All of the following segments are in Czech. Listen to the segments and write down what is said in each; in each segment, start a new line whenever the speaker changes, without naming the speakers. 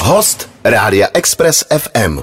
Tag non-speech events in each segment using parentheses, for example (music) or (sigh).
Host Rádia Express FM.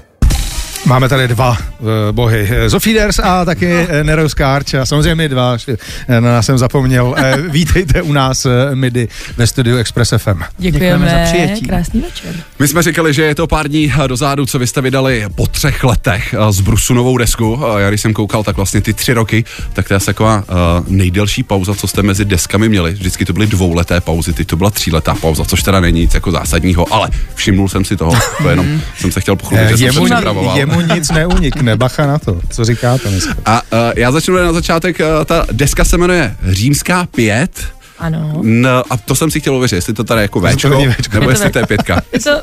Máme tady dva uh, bohy. Zofíders a taky no. Neros Karč. A samozřejmě dva. š- Na nás jsem zapomněl. Eh, Vítejte u nás eh, MIDI ve studiu Express FM.
Děkujeme
za přijetí.
Krásný večer.
My jsme říkali, že je to pár dní eh, dozadu, co vy jste vydali po třech letech eh, z Brusu novou desku. Eh, Já když jsem koukal, tak vlastně ty tři roky, tak to je asi taková eh, nejdelší pauza, co jste mezi deskami měli. Vždycky to byly dvouleté pauzy, teď to byla tříletá pauza, což teda není nic jako zásadního, ale všimnul jsem si toho. To jenom jsem se chtěl
Eh,
pochlubit, že jsem
jemu,
se připravoval.
jemu nic neunikne. Bacha na to, co říkáte dneska.
A eh, já začnu na začátek. eh, Ta deska se jmenuje Římská pět.
Ano.
No, a to jsem si chtěl ověřit, jestli to tady jako
Jestli to
Včko,
není Včko.
nebo
Je to
jestli to je
Včko.
pětka.
Je to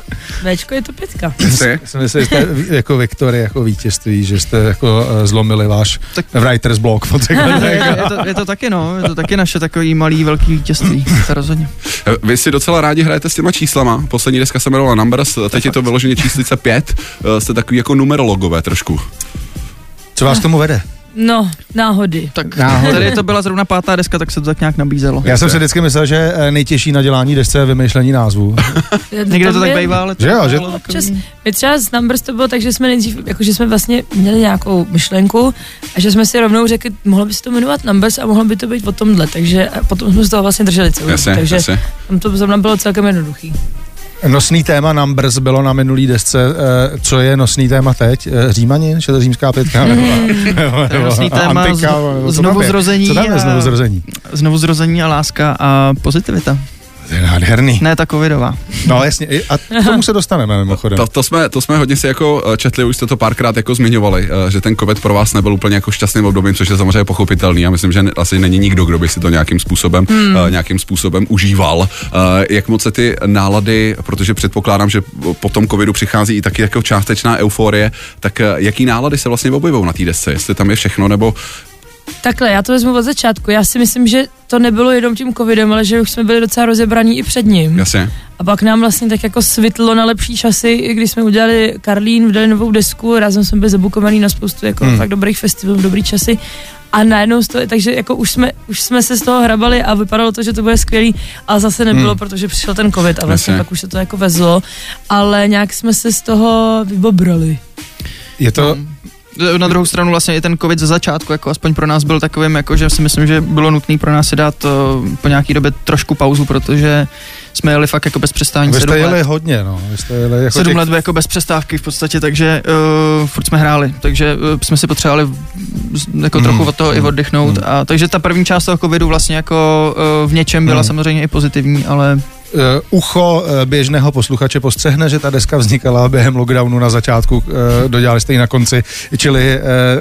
Včko, je to pětka.
Jsi?
Já Jsem myslel, že jste ví- jako Viktorie, jako vítězství, že jste jako eh, zlomili váš
Tak-
writer's block. po třech letech.
je, je, to, je to taky no, je to taky naše takový malý velký vítězství, to rozhodně.
Eh, Vy si docela rádi hrajete s těma číslama. Poslední deska se jmenovala Numbers, eh, teď je to vyloženě číslice 5. Jste takový jako numerologové trošku.
Co vás k tomu vede?
No, náhody.
Tak
Náhodou.
tady to byla zrovna pátá deska, tak se to tak nějak nabízelo.
Já jsem si vždycky myslel, že eh, nejtěžší na dělání desce je vymýšlení názvů.
Někde to
Tam
tak
je-
bývá, ale
Že jo, že-
bylo takový-
Občas, my třeba s Numbers to bylo tak, že jsme nejdřív, jako že jsme vlastně měli nějakou myšlenku a že jsme si rovnou řekli, mohlo by se to jmenovat Numbers a mohlo by to být o tomhle, takže a potom jsme z toho vlastně drželi celou dobu,
Jasně,
takže
jasně.
tam to zrovna bylo celkem jednoduchý.
Nosný téma Numbers bylo na minulý desce. eh, Co je nosný téma teď? Eh, Římanin? Že to římská
(laughs)
pětka? Nebo, nebo,
je nosný téma zno-
nebo co
znovuzrození
Tam je? Co tam je
a-
znovuzrození?
Znovu zrození a láska a pozitivita.
To je nádherný.
Ne ta covidová.
No jasně, i- a k tomu se dostaneme mimochodem.
To, to, jsme, to jsme hodně si jako eh, četli, už jste to párkrát jako zmiňovali, eh, že ten COVID pro vás nebyl úplně jako šťastným obdobím, což je samozřejmě pochopitelný. Já myslím, že ne- asi není nikdo, kdo by si to nějakým způsobem, eh, nějakým způsobem užíval. Eh, Jak moc se ty nálady, protože předpokládám, že po tom COVIDu přichází i taky jako částečná euforie, tak eh, jaký nálady se vlastně objevují na té desce? Jestli tam je všechno, nebo
Takhle, já to vezmu od začátku. Já si myslím, že to nebylo jenom tím covidem, ale že už jsme byli docela rozebraní i před ním.
jasně?
A pak nám vlastně tak jako svitlo na lepší časy, i když jsme udělali Karlín, vydali novou desku, razem jsme byli zabukovaný na spoustu jako
Hmm.
hmm. fakt dobrých festivalů, dobrý časy. A najednou z toho, takže jako už jsme, už jsme se z toho hrabali a vypadalo to, že to bude skvělý, ale zase nebylo,
Hmm.
protože přišel ten covid a vlastně
Jasně.
pak už se to jako vezlo, ale nějak jsme se z toho vybobrali.
Je to,
No. Na druhou stranu vlastně i ten covid ze začátku, jako aspoň pro nás byl takovým, jako že si myslím, že bylo nutné pro nás si dát eh, po nějaký době trošku pauzu, protože jsme jeli fakt jako bez přestání
vy
sedm
jste
let.
jeli hodně, no. Vy jste jeli jako
Sedm
těch-
let jako bez přestávky v podstatě, takže uh, furt jsme hráli, takže uh, jsme si potřebovali z- jako
Mm.
mm. trochu od toho i
Mm.
oddechnout.
Mm.
A, takže ta první část toho covidu vlastně jako uh, v něčem byla
Mm.
samozřejmě i pozitivní, ale
Uh, ucho eh, běžného posluchače postřehne, že ta deska vznikala během lockdownu na začátku, eh, dodělali jste ji na konci, čili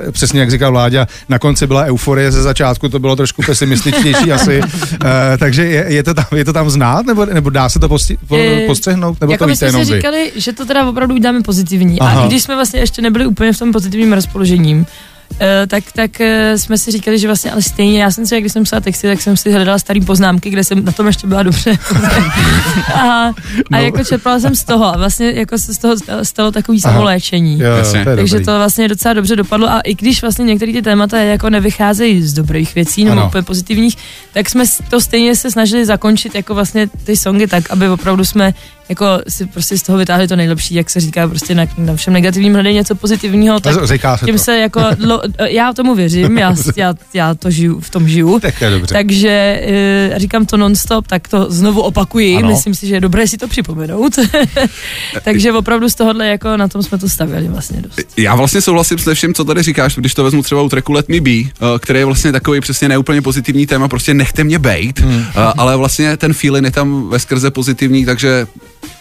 eh, přesně jak říkal Vláďa, na konci byla euforie, ze začátku to bylo trošku
(laughs)
pesimističtější asi, Eh, takže je, je, to tam, je to tam znát, nebo, nebo dá se to posti, po,
Eh,
postřehnout, nebo
jako
to
my
víte
jsme si
jenom vy?
říkali, že to teda opravdu uděláme pozitivní. Aha.
Aha.
A i když jsme vlastně ještě nebyli úplně v tom pozitivním rozpoložením, eh, tak, tak eh, jsme si říkali, že vlastně, ale stejně, já jsem si, jak když jsem psala texty, tak jsem si hledala starý poznámky, kde jsem na tom ještě
(laughs)
byla dobře. a, a
No.
no. jako čerpala jsem z toho a vlastně jako se z toho stalo takový
Aha.
samoléčení.
Jo,
Jasně.
to je
Takže
dobrý.
to vlastně docela dobře dopadlo a i když vlastně některé ty témata jako nevycházejí z dobrých věcí nebo
Ano.
úplně pozitivních, tak jsme s- to stejně se snažili zakončit jako vlastně ty songy tak, aby opravdu jsme jako si prostě z toho vytáhli to nejlepší, jak se říká prostě na, na všem negativním hledej něco pozitivního, tak
A No, Říká se
tím
to. (laughs)
se jako, dlo, já tomu věřím, já, já, já to žiju, v tom žiju.
Tak to je dobře.
Takže eh, říkám to nonstop, tak to znovu opakuji.
Ano. Eh,
Ano. Myslím si, že je dobré si to připomenout. (laughs) Takže opravdu z tohohle jako na tom jsme to stavěli vlastně dost.
Já vlastně souhlasím se vším, co tady říkáš, když to vezmu třeba u tracku Let Me Be, eh, který je vlastně takový přesně neúplně pozitivní téma, prostě nechte mě bejt, hmm. ale vlastně ten feeling je tam ve skrze pozitivní, takže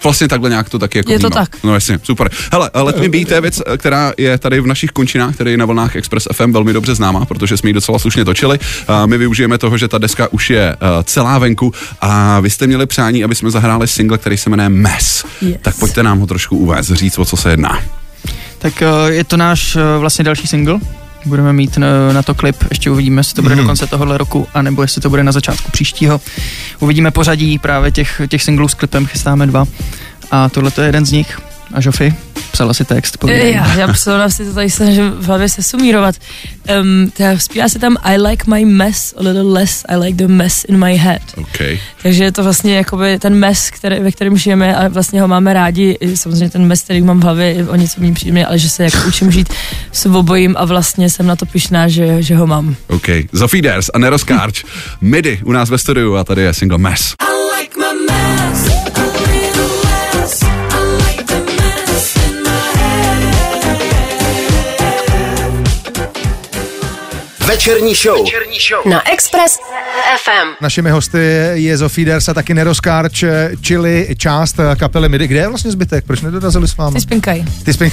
vlastně takhle nějak to taky jako
Je to
vnímám.
tak.
No jasně, super. Hele, eh, Let Me Be, to je věc, eh, která je tady v našich končinách, který je na vlnách Express FM velmi dobře známá, protože jsme ji docela slušně točili. Eh, My využijeme toho, že ta deska už je eh, celá venku a vy jste měli přání, aby jsme zahráli single, který se jmenuje Mess.
Yes.
Tak pojďte nám ho trošku uvést, říct, o co se jedná.
tak eh, je to náš eh, vlastně další single. Budeme mít eh, na, na to klip, ještě uvidíme, jestli to bude
Mhm.
do konce tohohle roku, anebo jestli to bude na začátku příštího. Uvidíme pořadí právě těch, těch singlů s klipem, chystáme dva. A tohle je jeden z nich. A Joffy psala si text.
Eh,
povídej.
Já, já absolutně si to tady snažím v hlavě se sumírovat. Um, zpívá se tam I like my mess a little less, I like the mess in my head.
OK.
Takže je to vlastně jakoby ten mes, který, ve kterém žijeme a vlastně ho máme rádi. I Samozřejmě ten mes, který mám v hlavě, je o něco méně příjemný, ale že se jako učím žít s obojím a vlastně jsem na to pišná, že, že ho mám.
OK. Zofíders a Nero Skarč. Midi u nás ve studiu a tady je single Mess.
I like my mess a little less. I like the mess in my
Večerní show.
Na Express FM.
Našimi hosty je Zofíders a taky Neroskarč, čili část kapely Midi. Kde je vlastně zbytek? Proč nedorazili s vámi?
Ty spinkaj.
Ty spin...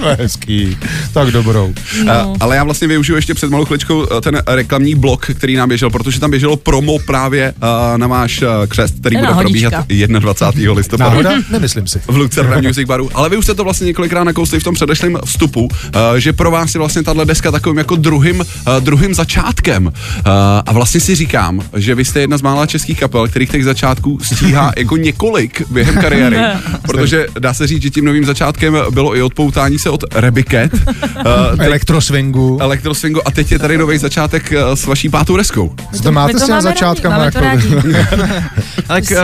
to je hezký. Tak dobrou.
No. Ale já vlastně využiju ještě před malou chvíličkou eh, ten reklamní blok, který nám běžel, protože tam běželo promo právě eh, na váš eh, křest, který
To je
bude
náhodička.
probíhat (laughs) 21. listopadu.
Náhoda? Nemyslím si.
v Lucerna Music Baru, ale vy už jste to vlastně několikrát nakousli v tom předešlém vstupu, eh, že pro vás je vlastně tahle deska takovým jako druhým, eh, druhým začátkem. Eh, A vlastně si říkám, že vy jste jedna z mála českých kapel, kterých těch začátků
(laughs)
stíhá jako několik během kariéry, protože dá se říct, že tím novým začátkem bylo i odpoutání se od Rebiket,
(laughs)
Elektroswingu.
Elektroswingo a teď je tady nový začátek eh, s vaší pátou deskou.
Zde máte si na začátkama. jako
máme to rádi.
Tak
Prostě-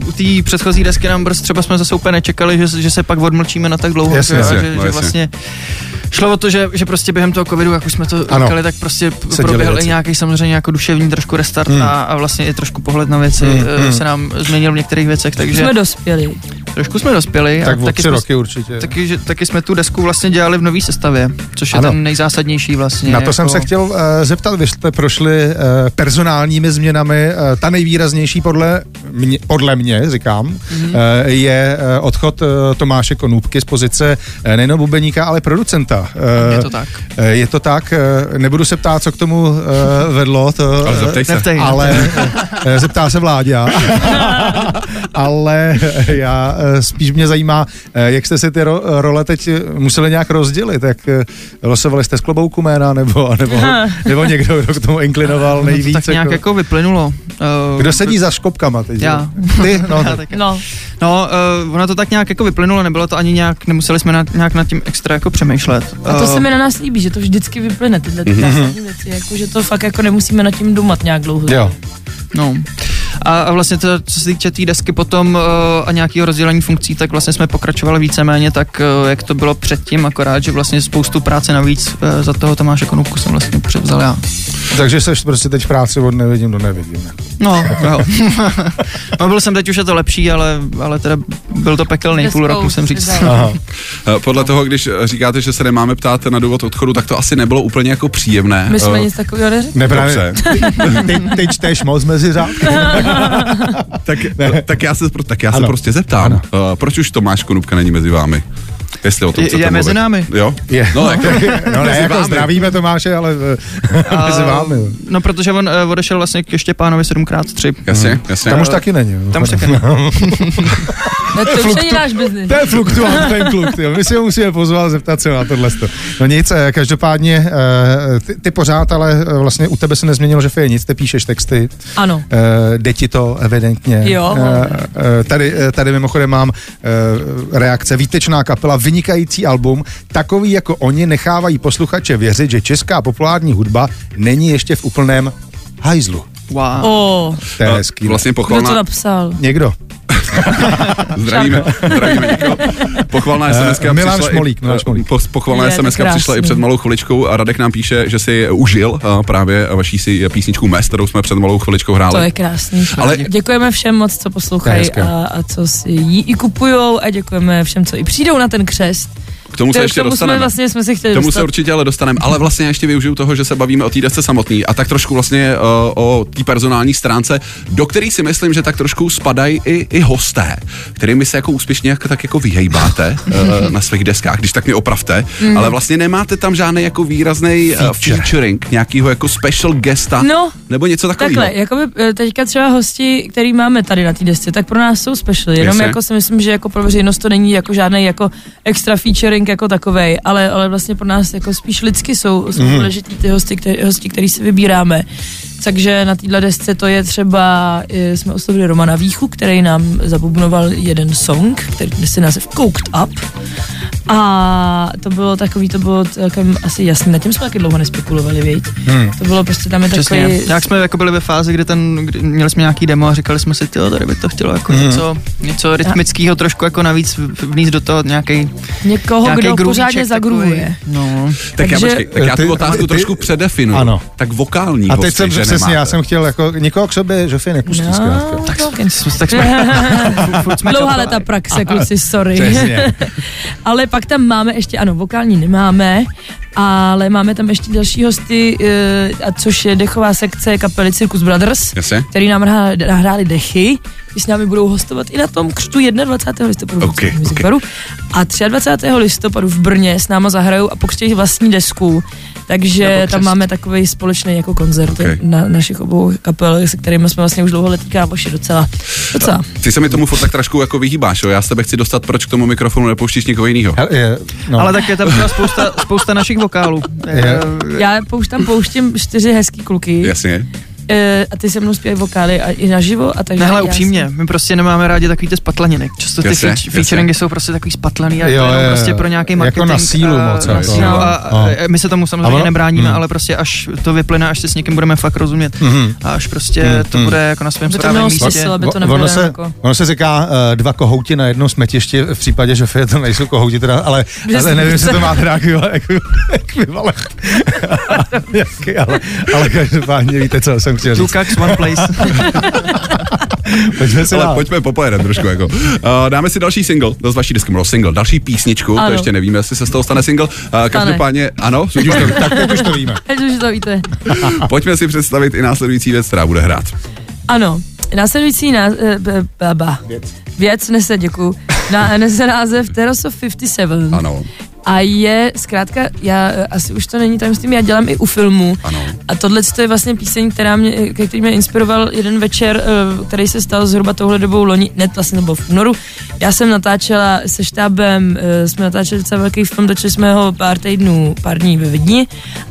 uh, u té předchozí desky nám prostě třeba jsme zase úplně nečekali, že, že se pak odmlčíme na tak dlouho.
Jasně,
že,
jasně,
že,
no
že
jasně.
vlastně šlo o to, že, že prostě během toho covidu, jak už jsme to
Ano.
ano. říkali, tak prostě p-
Se děly
proběhl i
věci.
nějaký samozřejmě jako duševní trošku restart hmm. a, a vlastně i trošku pohled na věci hmm. se nám změnil v některých věcech, takže
Jsme dospěli.
trošku jsme dospěli.
Tak
a
o
taky
tři
jsme,
roky určitě.
Taky, že, taky jsme tu desku vlastně dělali v nový sestavě, což je
Ano.
ano. ten nejzásadnější vlastně.
Na to jsem se chtěl uh, zeptat, vy jste prošli uh, personálními změnami. Uh, ta nejvýraznější podle mě, podle mě říkám,
Mhm.
mm-hmm. uh, je uh, odchod uh, Tomáše Konůbky z pozice uh, nejenom bubeníka, ale producenta. Uh,
Je to tak.
Uh, je to tak, uh, nebudu se ptát, co k tomu uh, vedlo.
Eh,
To,
Ale zeptej se.
Nevtej, (laughs)
ale eh, zeptá se vládě. ale eh, já eh, spíš mě zajímá, eh, jak jste si ty ro- role teď eh, museli nějak rozdělit, jak eh, losovali jste z klobouku jména, nebo, nebo, nebo někdo, kdo k tomu inklinoval
No to
nejvíc.
tak nějak jako vyplynulo. Eh,
Kdo sedí za škopkama teď?
Já.
jo? Ty? No,
(laughs) Já taky.
No,
No, uh, ono to tak nějak jako vyplynulo, nebylo to ani nějak, nemuseli jsme na, nějak nad tím extra jako přemýšlet.
a to
Eh,
se mi na nás líbí, že to vždycky vyplyne tyhle ty zásadní věci, jako, že to fakt jako nemusíme nad tím dumat nějak dlouho.
jo.
No. A, a vlastně to, co se týče té desky potom uh, a nějakého rozdělení funkcí, tak vlastně jsme pokračovali víceméně tak, uh, jak to bylo předtím, akorát, že vlastně spoustu práce navíc uh, za toho Tomáše Konupku jsem vlastně převzal já.
Takže jsi prostě teď v práci od nevidím do nevidím.
No, jo. (laughs) no byl jsem teď už je to lepší, ale, ale teda byl to pekelný půl roku, musím říct.
Aha.
Eh, Podle toho, když eh, říkáte, že se nemáme ptát na důvod odchodu, tak to asi nebylo úplně jako příjemné.
My jsme
Eh,
nic takového neřekli.
Ne,
Dobře.
(laughs) právě, ty, ty čteš moc mezi
(laughs)
řádky.
Tak, tak já se, pro- tak já se
Ano.
prostě zeptám,
Ano.
uh, proč už Tomáš Konupka není mezi vámi? Jestli o tom
Je-
chcete
je mezi
mluvit.
námi.
Jo?
Je.
No,
(laughs)
tak,
No ne,
mezi
jako
vámi.
zdravíme Tomáše, ale
A-
eh, mezi vámi. jo.
No, protože on uh, odešel vlastně k Štěpánovi 7x3.
Jasně, jasně.
Hmm. Tam už taky není.
Eh, Tam už taky
Ne, to už není náš biznis.
To je fluktuant, ten kluk, jo. My si ho musíme pozvat a zeptat se na tohle. No nic, eh, každopádně eh, ty, ty pořád, ale eh, vlastně u tebe se nezměnilo, že je nic, ty píšeš texty,
Ano.
eh, jde ti to evidentně.
Jo.
Eh, eh, Tady, eh, tady mimochodem mám eh, reakce, výtečná kapela, vynikající album, takový jako oni nechávají posluchače věřit, že česká populární hudba není ještě v úplném hajzlu.
Wow.
O,
To je
Eh,
hezký.
Vlastně
kdo to
pochvalná,
napsal?
Někdo.
zdravíme, (laughs) zdravíme někoho. Pochvalná SMS
Eh, Milan
přišla
Šmolík,
i,
Milan Šmolík.
po- Pochvalná
Je, to
SMS přišla i
krásný.
před malou chviličkou a Radek nám píše, že si užil eh, právě vaší si eh, písničku Mes, kterou jsme před malou chviličkou
To je
hráli.
krásný.
Ale-
Ale děkujeme všem moc, co poslouchají
To je hezké.
a, a co si ji i kupujou a děkujeme všem, co i přijdou na ten křest.
K tomu se
To-
ještě
tomu jsme
dostaneme.
vlastně jsme se chtěli
Tomu
dostat.
se určitě ale dostaneme, ale vlastně já ještě využiju toho, že se bavíme o té desce samotný a tak trošku vlastně uh, o té personální stránce, do který si myslím, že tak trošku spadají i, i hosté, kterými se jako úspěšně jak, tak jako vyhejbáte
(laughs)
uh, na svých deskách, když tak mě opravte,
Mhm.
mm. ale vlastně nemáte tam žádný jako výrazný uh,
Feature.
featuring, nějakýho jako special guesta
No,
nebo něco takového.
Takhle, jakoby eh, teďka třeba hosti, který máme tady na té desce, tak pro nás jsou special, jenom
Jasně.
jako si myslím, že jako pro veřejnost to není jako žádný jako extra featuring jako takovej, ale, ale vlastně pro nás jako spíš lidsky jsou, jsou důležitý ty hosty, který, hosti, který si vybíráme Takže na této desce to je třeba, eh, jsme oslovili Romana Víchu, který nám zabubnoval jeden song, který se název Cooked Up. A to bylo takový, to bylo celkem asi jasný, na tím jsme taky dlouho nespekulovali, viď?
Hmm.
To bylo prostě tam je
Přesně.
takový...
Jak jsme jako byli ve fázi, kdy ten, kdy měli jsme nějaký demo a říkali jsme si, tyjo, tady by to chtělo jako
Mhm.
něco, něco rytmického, trošku jako navíc vnést do toho nějaký
Někoho,
nějaký
kdo
groovíček
pořádně zagruje.
takový. No.
Tak, já,
Takže-
počkej, tak já
Eh, Ty-
tu otázku
ty-
trošku předefinuju.
Ano.
Tak vokální
A teď
hosty,
jsem
že
přesně,
nemáte.
já jsem chtěl jako nikoho k sobě Žofy nepustí
No,
zkrátka.
tak,
Tak jsme, furt jsme
Dlouhá
to-
leta praxe, kluci, sorry.
Přesně.
(laughs) Ale pak tam máme ještě, ano, vokální nemáme, ale máme tam ještě další hosty, eh, a což je dechová sekce kapely Circus Brothers,
Jasně?
který nám hrá- nahráli dechy, kteří s námi budou hostovat i na tom křtu 21. listopadu
Ok,
v
ok.
okay. a 23. listopadu v Brně s náma zahrajou a pokřtějí vlastní desku.
Nebo
Takže
křest.
tam máme takový společný jako koncert
Ok.
na našich obou kapel, se kterými jsme vlastně už dlouholetí kámoši docela. docela.
Ty se mi tomu furt tak trošku jako vyhýbáš, jo? Já z tebe chci dostat, proč k tomu mikrofonu nepouštíš někoho jiného.
Hele, je, no.
Ale tak je tam třeba spousta, spousta našich vokálů. Eh,
Je.
Já pouš- tam pouštím čtyři hezký kluky
Jasně.
e, a ty se mnou zpívají vokály a, i naživo. A takže
Ne, hele,
já
upřímně, my prostě nemáme rádi takový ty spatlaniny. Často ty
Jasně,
jasne,
jasně.
featuringy jsou prostě takový spatlaný a jo,
Jo,
to
jo,
je prostě
jo.
pro nějaký
Jako
marketing.
na sílu
a-
moc, jako, no.
na
jo,
sílu
jo.
a, a,
Jo.
my se tomu samozřejmě
ono-
nebráníme,
Mm.
ale prostě až to vyplyne, až se s někým budeme fakt rozumět.
Mhm.
A až prostě to
Mm.
bude jako na svém
Aby to
správném
mělo
místě.
smysl, aby to
O- ono,
nebylo
se,
jako-
ono se říká uh, dva kohouti na jednom smetišti, v případě, že to nejsou kohouti, teda, ale,
Že
ale
si-
nevím, jestli to má teda ekvival- ekvival- ekvivalent. (laughs) Nějaký, ale, ale každopádně víte, co jsem chtěl
Two
říct.
cocks,
(laughs)
one place.
Pojďme se
Ale
dál.
pojďme popojedem
(laughs)
trošku jako. Uh, dáme si další single, to z vaší desky, no single, další písničku, to
Ano.
ještě nevíme, jestli se z toho stane single. Uh, každopádně, ano,
Teď už to, (laughs) tak teď už to víme.
(laughs) Teď už to víte.
pojďme si představit i následující věc, která bude hrát.
Ano, následující na, eh, b- baba. Věc. Věc nese, děkuju. Na, nese název Terrace of 57.
Ano,
A je, zkrátka, já eh, asi už to není tajemstvím, já dělám i u filmu.
ano.
A tohle to je vlastně píseň, která mě, ke který mě inspiroval jeden večer, eh, který se stal zhruba touhle dobou loni, ne, vlastně to bylo v únoru. Já jsem natáčela se štábem, eh, jsme natáčeli docela velký film, točili jsme ho pár týdnů, pár dní ve Vidni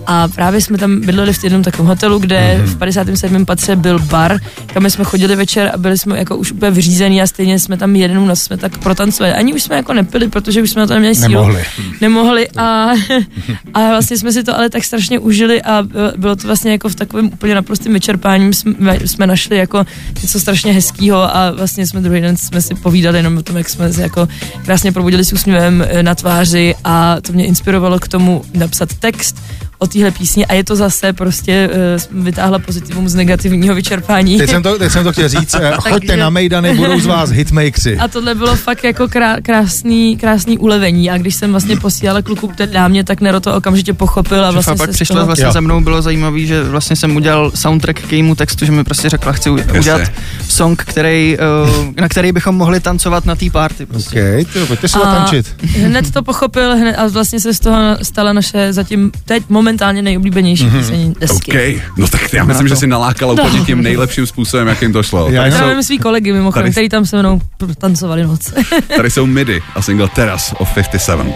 a právě jsme tam bydleli v jednom takovém hotelu, kde v 57. patře byl bar, kam jsme chodili večer a byli jsme jako už úplně vyřízený a stejně jsme tam jednou noc jsme tak protancovali. Ani už jsme jako nepili, protože už jsme na to neměli sílu
Nemohli.
nemohli a, (laughs) a vlastně jsme si to ale tak strašně užili a bylo to vlastně jako v takovém úplně naprostým vyčerpáním jsme, jsme našli jako něco strašně hezkého a vlastně jsme druhý den jsme si povídali jenom o tom, jak jsme se jako krásně probudili s úsměvem eh, na tváři a to mě inspirovalo k tomu napsat text o téhle písni a je to zase prostě eh, jsem vytáhla pozitivum z negativního vyčerpání.
Teď jsem to, teď jsem to chtěl říct, eh, choďte
Takže-
na Mejdany, budou z vás hitmakesy.
A tohle bylo fakt jako krá, krásný, krásný ulevení. A když jsem vlastně posílala kluku té dámě, tak Nero to okamžitě pochopil a
Vlastně
vlastně
pak
se z
přišla
toho...
vlastně
Jo.
za mnou, bylo zajímavé, že vlastně jsem udělal soundtrack k jejímu textu, že mi prostě řekla, chci u- udělat song, který, eh, na který bychom mohli tancovat na té party. Prostě.
OK, ty, jo, pojďte si zatančit.
hned to pochopil hned, a vlastně se z toho stala naše zatím teď momentálně nejoblíbenější
Mhm.
píseň desky.
OK, no tak já myslím, že si nalákala úplně tím nejlepším způsobem, jak jim to šlo.
No. Já
Tam
jenom,
máme svý kolegy mimochodem,
Tady-
který tam se mnou tancovali noc.
Tady jsou MIDI a single Terrace of 57.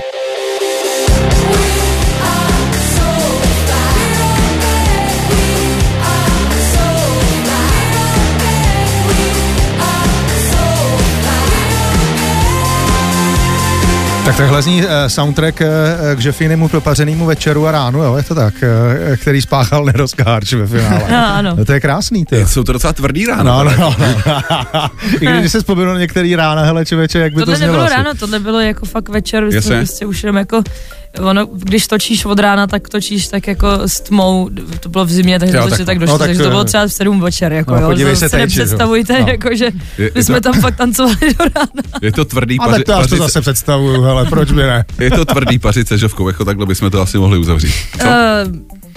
tak takhle zní eh, soundtrack eh, k Žefinimu propařenému večeru a ránu, jo, je to tak, eh, který spáchal Neroskárč ve finále.
A, (laughs) ano.
No, to je krásný, ty.
Jsou to docela tvrdý ráno.
No, no, no. (laughs) no. I když se vzpomenu na některý rána, hele čověče, jak by
Tohle
to znělo.
nebylo
asi.
ráno, tohle bylo jako fakt večer, vy
Jasně.
jste prostě už jenom jako, ono, když točíš od rána, tak točíš tak jako s tmou, to bylo v zimě, takže
Jo,
jo, to,
tak-
tak, tak
no,
došlo, no,
tak
tak, takže
to
to
je-
bylo třeba v 7 večer, jako
No,
jo,
podívej
to
se
si
teď, že jo.
nepředstavujte,
No.
jako že
Je- je
my jsme
to-
tam fakt tancovali do rána.
Je to tvrdý
A tak
paři,
to já si to
pařice,
zase představuju, hele, proč by (laughs) ne?
je to tvrdý pařice žovkou, jako takhle bychom to asi mohli uzavřít. Co?
Eh,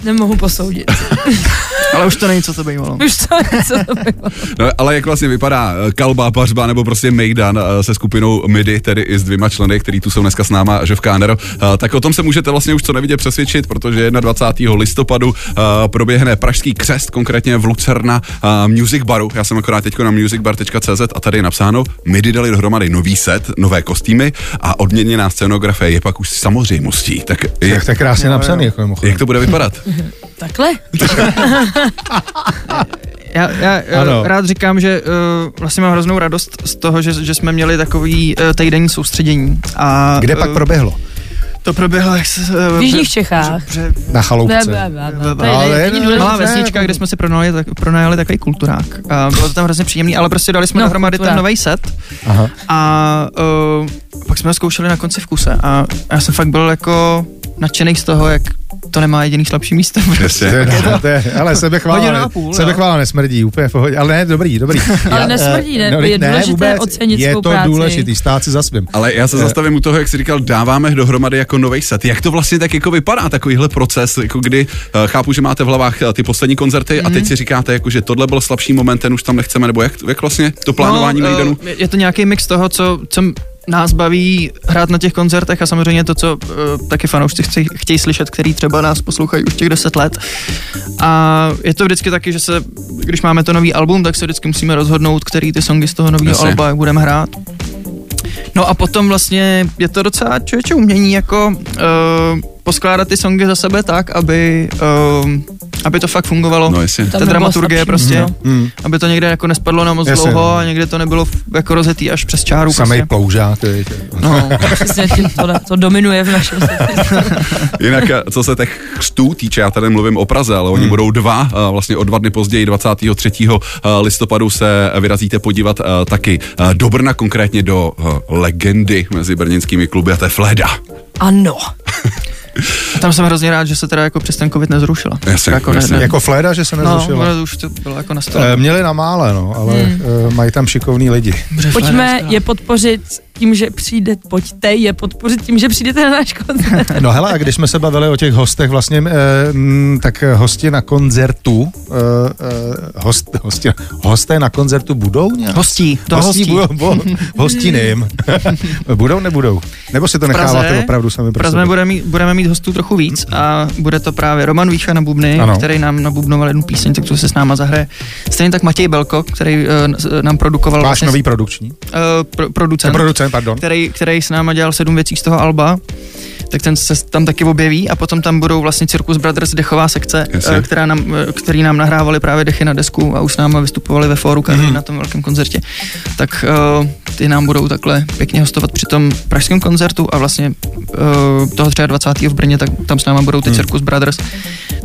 Uh, nemohu posoudit.
(laughs)
Ale už to není, co to bývalo.
Už to, co to bylo.
No, ale jak vlastně vypadá eh, kalba, pařba nebo prostě Mejdan eh, se skupinou MIDI, tedy i s dvěma členy, který tu jsou dneska s náma, že v Kánero, eh, tak o tom se můžete vlastně už co nevidě přesvědčit, protože 21. listopadu eh, proběhne Pražský křest, konkrétně v Lucerna eh, Music Baru. Já jsem akorát teď na musicbar.cz a tady je napsáno, MIDI dali dohromady nový set, nové kostýmy a odměněná scenografie je pak už samozřejmostí. Tak
Tak
jak,
to je krásně napsaný, jako mimochodem. (laughs)
jak to bude vypadat?
Takhle?
Já, já eh,
Ano.
rád říkám, že uh, vlastně mám hroznou radost z toho, že, že jsme měli takový uh, týdenní soustředění. A,
Kde pak
eh,
proběhlo?
To proběhlo jak se, eh,
V Jižních Čechách.
Pře,
Na
Bla, bla,
chaloupce.
bla, bla. To
Ale
je- to
jen-
není důležité.
malá vesnička, kde jsme si pronajali, tak, pronajali takový kulturák. A bylo to tam hrozně příjemný, ale prostě dali jsme
No,
no, dohromady
kulturák.
ten nový set
Aha.
a uh, pak jsme ho zkoušeli na konci v kuse a já jsem fakt byl jako nadšený z toho, jak to nemá jediný slabší místo.
To
Jasně.
je- to je- Ale
Hodinu a
sebechvála,
půl,
sebechvála nesmrdí, úplně v pohodě. Ale ne, dobrý, dobrý.
(laughs) Ale
Já,
nesmrdí, ne,
eh,
je důležité ocenit
Je
svou
to
práci.
důležitý, stát si za svým.
Ale já se zastavím u toho, jak jsi říkal, dáváme dohromady jako nový set. Jak to vlastně tak jako vypadá, takovýhle proces, jako kdy eh, chápu, že máte v hlavách eh, ty poslední koncerty a teď si říkáte, jako, že tohle byl slabší moment, ten už tam nechceme, nebo jak, jak vlastně to plánování no,
eh, (laughs)
Mejdanu?
je- Je to nějaký mix toho, co, co m- nás baví hrát na těch koncertech a samozřejmě to, co uh, taky fanoušci chci, chtějí slyšet, který třeba nás poslouchají už těch 10 let. A je to vždycky taky, že se, když máme to nový album, tak se vždycky musíme rozhodnout, který ty songy z toho nového
Jasně.
alba jak budeme hrát. No a potom vlastně je to docela člověče umění jako uh, poskládat ty songy za sebe tak, aby, uh, aby to fakt fungovalo.
No jasně. Mhm.
Tam
Ta
nebylo
dramaturgie
slabší no.
prostě
místo.
Hmm.
aby to někde jako nespadlo na moc
Jasně,
Jasně, dlouho
no.
a někde to nebylo f- jako rozjetý až přes čáru.
Samej
prostě.
ploužák. ty-
No.
Přesně, to, to dominuje v našem
Jinak, eh, co se těch chřtů týče, já tady mluvím o Praze, ale oni budou dva, eh, vlastně o dva dny později, 23. eh, listopadu se vyrazíte podívat eh, taky eh, do Brna, konkrétně do eh, legendy mezi brněnskými kluby a to je Fleda.
Ano.
A tam jsem hrozně rád, že se teda jako přes ten covid nezrušila.
Jasně,
jako
jasně.
Ne, ne,
Jako fléda, že se
no,
nezrušila.
ono už to bylo jako na stole.
Eh, Měli na mále, no, ale
Hmm.
eh, mají tam šikovní lidi.
Pojďme je podpořit tím, že přijde, pojďte je podpořit tím, že přijdete na náš koncert.
No hele, a když jsme se bavili o těch hostech vlastně, eh, mm, tak hosti na koncertu, eh, eh, host, hosti, hosté na koncertu budou nějak?
Hostí, to hostí.
Budou, bo, (laughs) hostí nevím. (laughs) budou, nebudou? Nebo si to
V Praze-
necháváte opravdu sami pro
Praze
sebe?
budeme mít, budeme mít hostů trochu víc a bude to právě Roman Vícha na bubny,
Ano.
ano. který nám nabubnoval jednu píseň, tak tu se s náma zahraje. Stejně tak Matěj Belko, který uh, nám produkoval
Váš nový produkční?
uh, pro,
Ten
producent.
producent, pardon.
který, který s náma dělal sedm věcí z toho Alba, tak ten se tam taky objeví a potom tam budou vlastně Circus Brothers dechová sekce,
Jasně.
eh, která nám, eh, který nám nahrávali právě dechy na desku a už s náma vystupovali ve fóru mm. na tom velkém koncertě. Tak eh, ty nám budou takhle pěkně hostovat při tom pražském koncertu a vlastně eh, toho 23. v Brně, tak tam s náma budou ty Circus Brothers.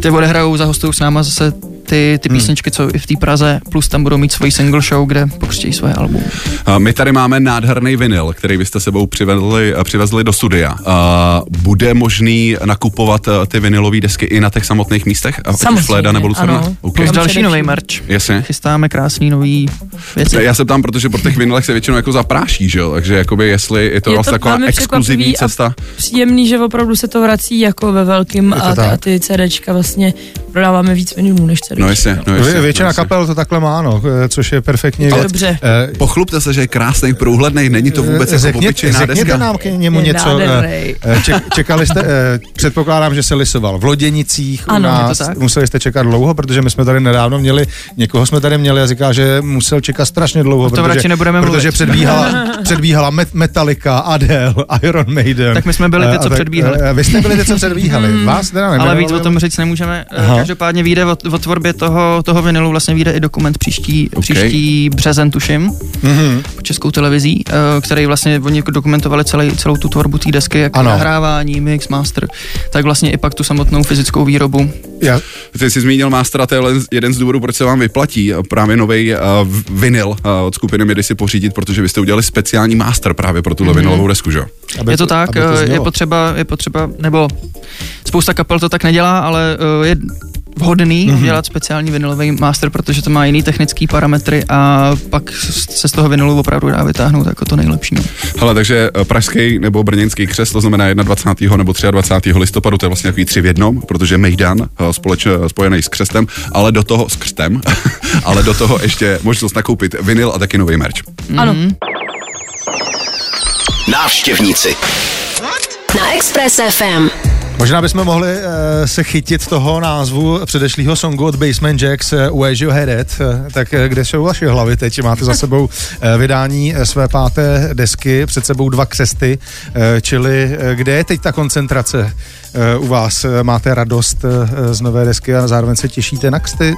Ty odehrajou za hostou s náma zase ty, ty písničky, co i v té Praze, plus tam budou mít svoji single show, kde pokřtějí svoje album.
A My tady máme nádherný vinyl, který byste sebou přivedli, přivezli do studia. A Bude možný nakupovat eh, ty vinylové desky i na těch samotných místech? A ať už
Samozřejmě,
Fléda nebo Lucerna?
ano.
OK.
Plus
Tam
další
především.
nový merch.
Jasně.
chystáme krásný nový věci.
Já se ptám, protože po těch vinylech se většinou jako zapráší, že jo? Takže jakoby jestli je to,
Je
vlastně
to
taková
velmi
exkluzivní
překvapivý a-
cesta.
Příjemný, že opravdu se to vrací jako ve velkým
Je to
a,
tak.
a ty CDčka vlastně prodáváme víc vinilů než CDčka.
No jasně, no
Vě-
jasně.
Většina
no jasně.
kapel to takhle má, no, eh, což je perfektní
To je
věc.
dobře.
Eh,
Pochlubte se, že je krásný, průhledný, není to vůbec jako
Řekněte,
obyčejná
řekněte
deska.
nám k němu
Je
něco.
nádherný.
eh, ček- Čekali jste, eh, předpokládám, že se lisoval v Loděnicích u
Ano, je to
nás.
tak.
Museli jste čekat dlouho, protože my jsme tady nedávno měli, někoho jsme tady měli a říká, že musel čekat strašně dlouho,
tom
protože,
radši nebudeme
protože
mluvit.
předbíhala,
(laughs)
předbíhala Met- Metallica, Adele, Iron Maiden.
Tak my jsme byli ty,
Eh, a
co předbíhali. Hmm.
eh, Vy jste byli ty, co předbíhali. Vás teda
Ale
nejmenovali,
víc o tom říct nemůžeme. Eh,
Aha.
Každopádně vyjde o, o tvorbě toho, toho vinilu, vlastně vyjde i dokument příští,
Ok.
okay. příští březen, tuším,
Mhm.
českou televizí, eh, který vlastně oni dokumentovali celý, celou tu tvorbu té desky, jak
Ano.
ano. nahrávání, mix, master, tak vlastně i pak tu samotnou fyzickou výrobu.
Já,
Ty jsi zmínil Mastera, to je len- jeden z důvodů, proč se vám vyplatí eh, právě nový vinyl eh, od skupiny Midi si pořídit, protože vy jste udělali speciální master právě pro tuhle vinylovou desku, že jo?
aby
je to, tak,
aby
eh, je
znělo.
potřeba, je potřeba, nebo spousta kapel to tak nedělá, ale eh, je vhodný
Mhm.
mm-hmm. udělat speciální vinylový master, protože to má jiný technický parametry a pak s- se z toho vinylu opravdu dá vytáhnout jako to nejlepší. no.
Hele, takže eh, pražský nebo brněnský křest, to znamená 21. nebo 23. listopadu, to je vlastně takový tři v jednom, protože Mejdan eh, společ, eh, spojený s křestem, ale do toho s křtem, (laughs) ale do toho ještě možnost nakoupit vinyl a taky nový merch.
Ano,
Mhm.
Návštěvníci.
Na Express FM.
Možná bychom mohli uh, se chytit toho názvu předešlého songu od Basement Jacks uh, Where's Your Head at? Eh, tak eh, kde jsou vaše hlavy teď? Máte za sebou eh, vydání eh, své páté desky, před sebou dva křesty, eh, čili eh, kde je teď ta koncentrace eh, u vás? Eh, Máte radost eh, z nové desky a zároveň se těšíte na ksty,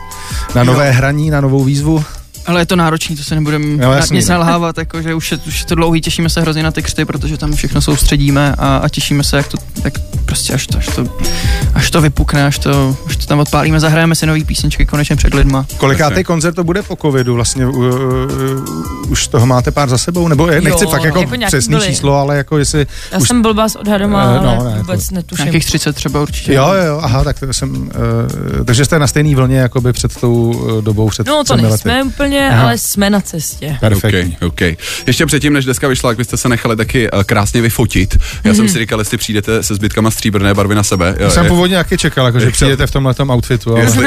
na nové hraní, na novou výzvu?
Ale je to náročný, to se nebudeme
Jo,
no,
jasný,
nic
no.
nalhávat, jako, že už je, už je to dlouhý, těšíme se hrozně na ty křty, protože tam všechno soustředíme a, a těšíme se, jak to, jak prostě až to, až to, až to vypukne, až to, až to tam odpálíme, zahrajeme si nový písničky konečně před lidma.
Kolikátý
Jasně.
koncert to bude po covidu? Vlastně uh, uh, už toho máte pár za sebou? Nebo je, nechci
Jo,
fakt jako,
jako nějaký
přesný
byly.
číslo, ale jako jestli...
Já
už-
jsem blbá s odhadem,
Eh,
ale
no, ne,
vůbec netuším.
Nějakých 30 třeba určitě.
Jo, jo, jo, aha, tak to jsem, uh, takže jste na stejný vlně jakoby před tou eh, dobou, před
No to
třemi lety.
nejsme úplně,
Aha.
ale jsme na cestě.
Perfektní.
OK, OK. Ještě předtím, než deska vyšla, tak byste se nechali taky eh, krásně vyfotit. Já jsem si říkal, jestli přijdete se zbytkama stříbrné barvy na sebe.
Já
eh,
jsem původně taky čekal, jako, že
Jak to-
přijdete v tomhle outfitu, ale
(laughs) Jestli,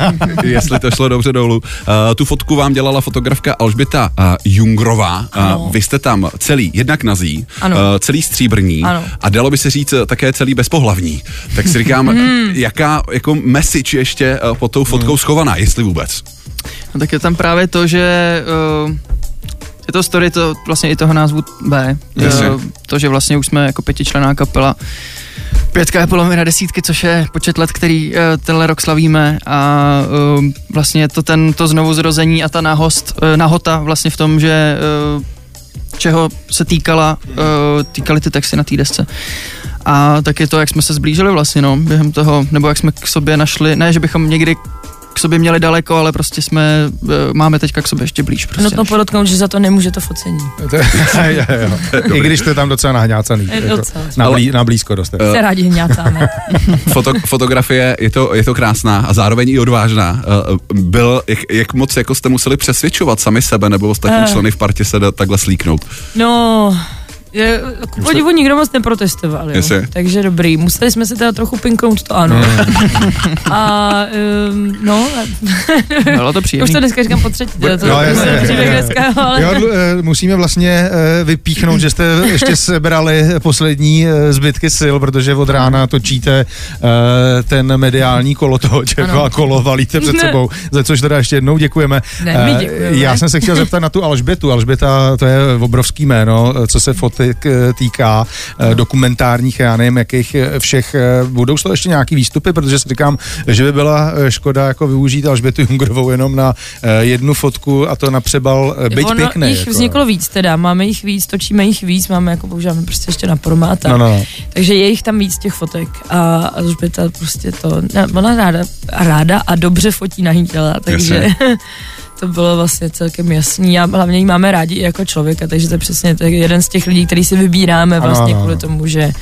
(laughs) jestli to šlo dobře dolů. Uh, tu fotku vám dělala fotografka Alžběta uh, Jungrová.
Ano.
Uh, vy jste tam celý jednak nazí, uh,
Ano.
celý stříbrní
Ano.
a dalo by se říct eh, také celý bezpohlavní. Tak si říkám, jaká jako message ještě uh, pod tou fotkou schovaná, jestli vůbec.
No, tak je tam právě to, že uh, je to story to, vlastně i toho názvu B.
Jasně.
Uh, to, že vlastně už jsme jako pětičlená kapela. Pětka je polovina desítky, což je počet let, který uh, tenhle rok slavíme a uh, vlastně je to ten, to znovuzrození a ta náhost, uh, nahota vlastně v tom, že uh, čeho se týkala, uh, týkaly ty texty na té desce. A taky to, jak jsme se zblížili vlastně, no, během toho, nebo jak jsme k sobě našli, ne, že bychom někdy k sobě měli daleko, ale prostě jsme, eh, máme teďka k sobě ještě blíž. Prostě.
Nutno podotknout, že za No to nemůže to focení.
(laughs) to, jo, jo. i když jste tam docela nahňácaný.
Je
Jako,
docela.
na, blí, na blízko dost. jako.
Eh,
Se rádi hňátáme.
Foto, fotografie, je to, je to krásná a zároveň i odvážná. Eh, Byl, jak, jak moc jako jste museli přesvědčovat sami sebe nebo ostatní
Eh.
členy v partě se da- takhle slíknout?
No, je, ku podivu nikdo moc neprotestoval, jo.
Jasně.
takže dobrý. Museli jsme se teda trochu pinknout, to
No.
ano. (laughs) A um, no,
Bylo
(laughs)
to
už
příjemné.
to dneska říkám po třetí, teda to,
No,
to
jasně,
je příběh
jasně.
dneska, ale...
Jo, dlu- eh, musíme vlastně eh, vypíchnout, že jste
(laughs)
ještě sebrali poslední eh, zbytky sil, protože od rána točíte eh, ten mediální kolo toho čeku
Ano.
a kolo valíte před
Ne.
sebou, za což teda ještě jednou děkujeme.
Ne, my
Eh,
děkujeme.
Já jsem se chtěl zeptat na tu Alžbětu. Alžběta to je obrovský jméno, eh, co se fotek eh, týká, eh, dokumentárních, já nevím jakých eh, všech. eh, Budou z toho ještě nějaký výstupy, protože si říkám, že by byla eh, škoda jako využít Alžbětu Jungerovou jenom na eh, jednu fotku a to na přebal eh, byť
ono,
pěkný.
jich
jako.
vzniklo víc teda, máme jich víc, točíme jich víc, máme jako používáme prostě ještě na formát. a-
No,
(laughs)
no.
Takže je jich tam víc těch fotek a Alžběta prostě to, ne, ona ráda, ráda a dobře fotí nahý těla, takže (laughs) to bylo vlastně celkem jasný a hlavně ji máme rádi i jako člověka, takže to je přesně to je jeden z těch lidí, který si vybíráme
Ano,
vlastně
ano,
kvůli
ano.
tomu, že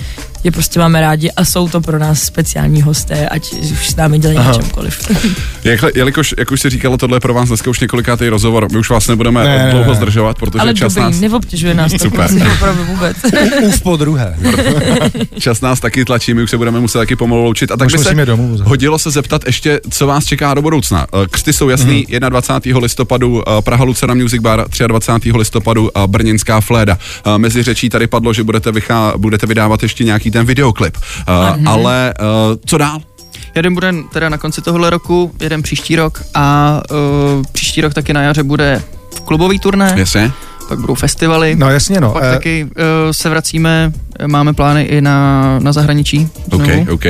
je prostě máme rádi a jsou to pro nás speciální hosté, ať už s námi dělají na čemkoliv.
Jak, jelikož, jak už si říkalo, tohle je pro vás dneska už několikátý rozhovor. My už vás nebudeme
Ne, ne,
ne, dlouho
ne.
ne. zdržovat, protože
Ale
čas
dobrý,
nás,
neobtěžuje nás to
Super.
prosím, opravdu vůbec.
Uf po druhé.
čas nás taky tlačí, my už se budeme muset taky pomalu loučit. A tak
Už
by se
musíme domů.
hodilo se zeptat ještě, co vás čeká do budoucna. Eh, Křty jsou
Mhm.
jasný, mm-hmm. 21. listopadu eh, Praha Lucera Music Bar, 23. listopadu eh, Brněnská Fléda. Eh, Mezi řečí tady padlo, že budete, vychá, budete vydávat ještě nějaký ten videoklip. Eh, Ale eh, co dál?
Jeden bude teda na konci tohohle roku, jeden příští rok a uh, příští rok taky na jaře bude klubový turné,
Jasně?
pak budou festivaly.
No jasně no.
Pak
Eh,
taky uh, se vracíme, eh, máme plány i na, na zahraničí. No.
OK,
znovu.
OK.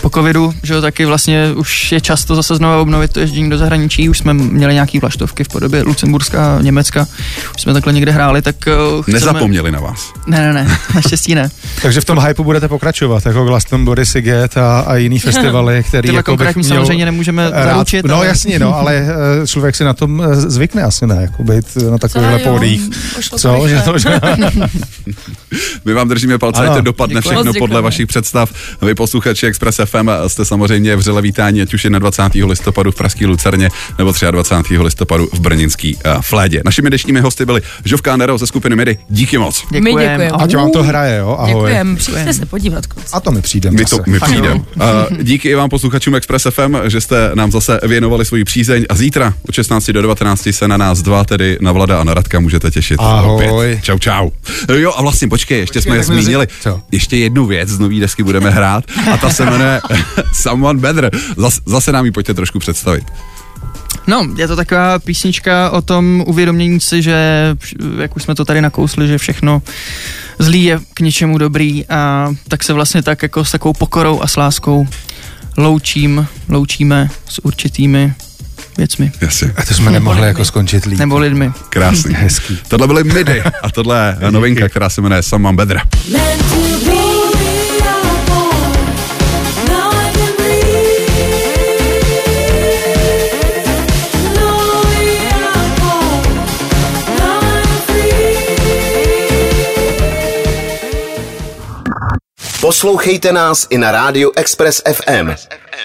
po covidu, že jo, taky vlastně už je často zase znovu obnovit to ježdění do zahraničí, už jsme měli nějaký vlaštovky v podobě Lucemburska a Německa, už jsme takhle někde hráli, tak eh, chceme...
Nezapomněli na vás.
Ne, ne, ne, naštěstí ne.
Takže v tom hypeu budete pokračovat, jako Glastonbury, Siget a, a
(laughs)
jiný festivaly, který
Tyhle
jako bych
konkrétní
měl
samozřejmě nemůžeme
rád.
zaručit.
No
ale-
jasně, no, ale eh, člověk si na tom eh, zvykne asi ne, jako být na takovýchhle pódiích. Co? Že to, že...
My vám držíme palce,
Ano.
ať to dopadne
Děkuji.
všechno
Moc
podle
děkujeme.
vašich představ. Vy posluchači Express FM jste samozřejmě vřele vítáni, ať už je na 20. listopadu v Pražské Lucerně nebo 23. listopadu v Brněnský uh, Flédě. Našimi dnešními hosty byli Žovka Nero ze skupiny Midi. Díky moc.
My
Děkujeme.
děkujeme.
Ať vám to hraje, jo? Ahoj.
Děkujeme, přijďte se podívat, kluci.
A to my přijdeme
My to
zase.
my přijdeme. Uh, díky i vám posluchačům Express FM, že jste nám zase věnovali svoji přízeň a zítra od 16 do 19 se na nás dva, tedy na Vlada a na Radka, můžete těšit.
Ahoj.
Opět. Čau, čau. Jo a vlastně, počkej. počkej, ještě
Počkej,
jsme je
tak jsme si-
zmínili.
co?
Ještě jednu věc z nový desky budeme hrát a ta se jmenuje (laughs) Someone Better. Zas, zase nám ji pojďte trošku představit.
No, je to taková písnička o tom uvědomění si, že, vš- jak už jsme to tady nakousli, že všechno zlý je k něčemu dobrý a tak se vlastně tak jako s takovou pokorou a s láskou loučím, loučíme s určitými věcmi
Jasně,
A to jsme nemohli jako skončit líp.
nebo lidmi.
krásný. Hezký. Tohle byly midy a tohle je novinka, která se jmenuje Someone Better.
Meant to be all alone. Now I can breathe. Lonely at home. Now I'm free.
Poslouchejte nás i na rádiu Express FM.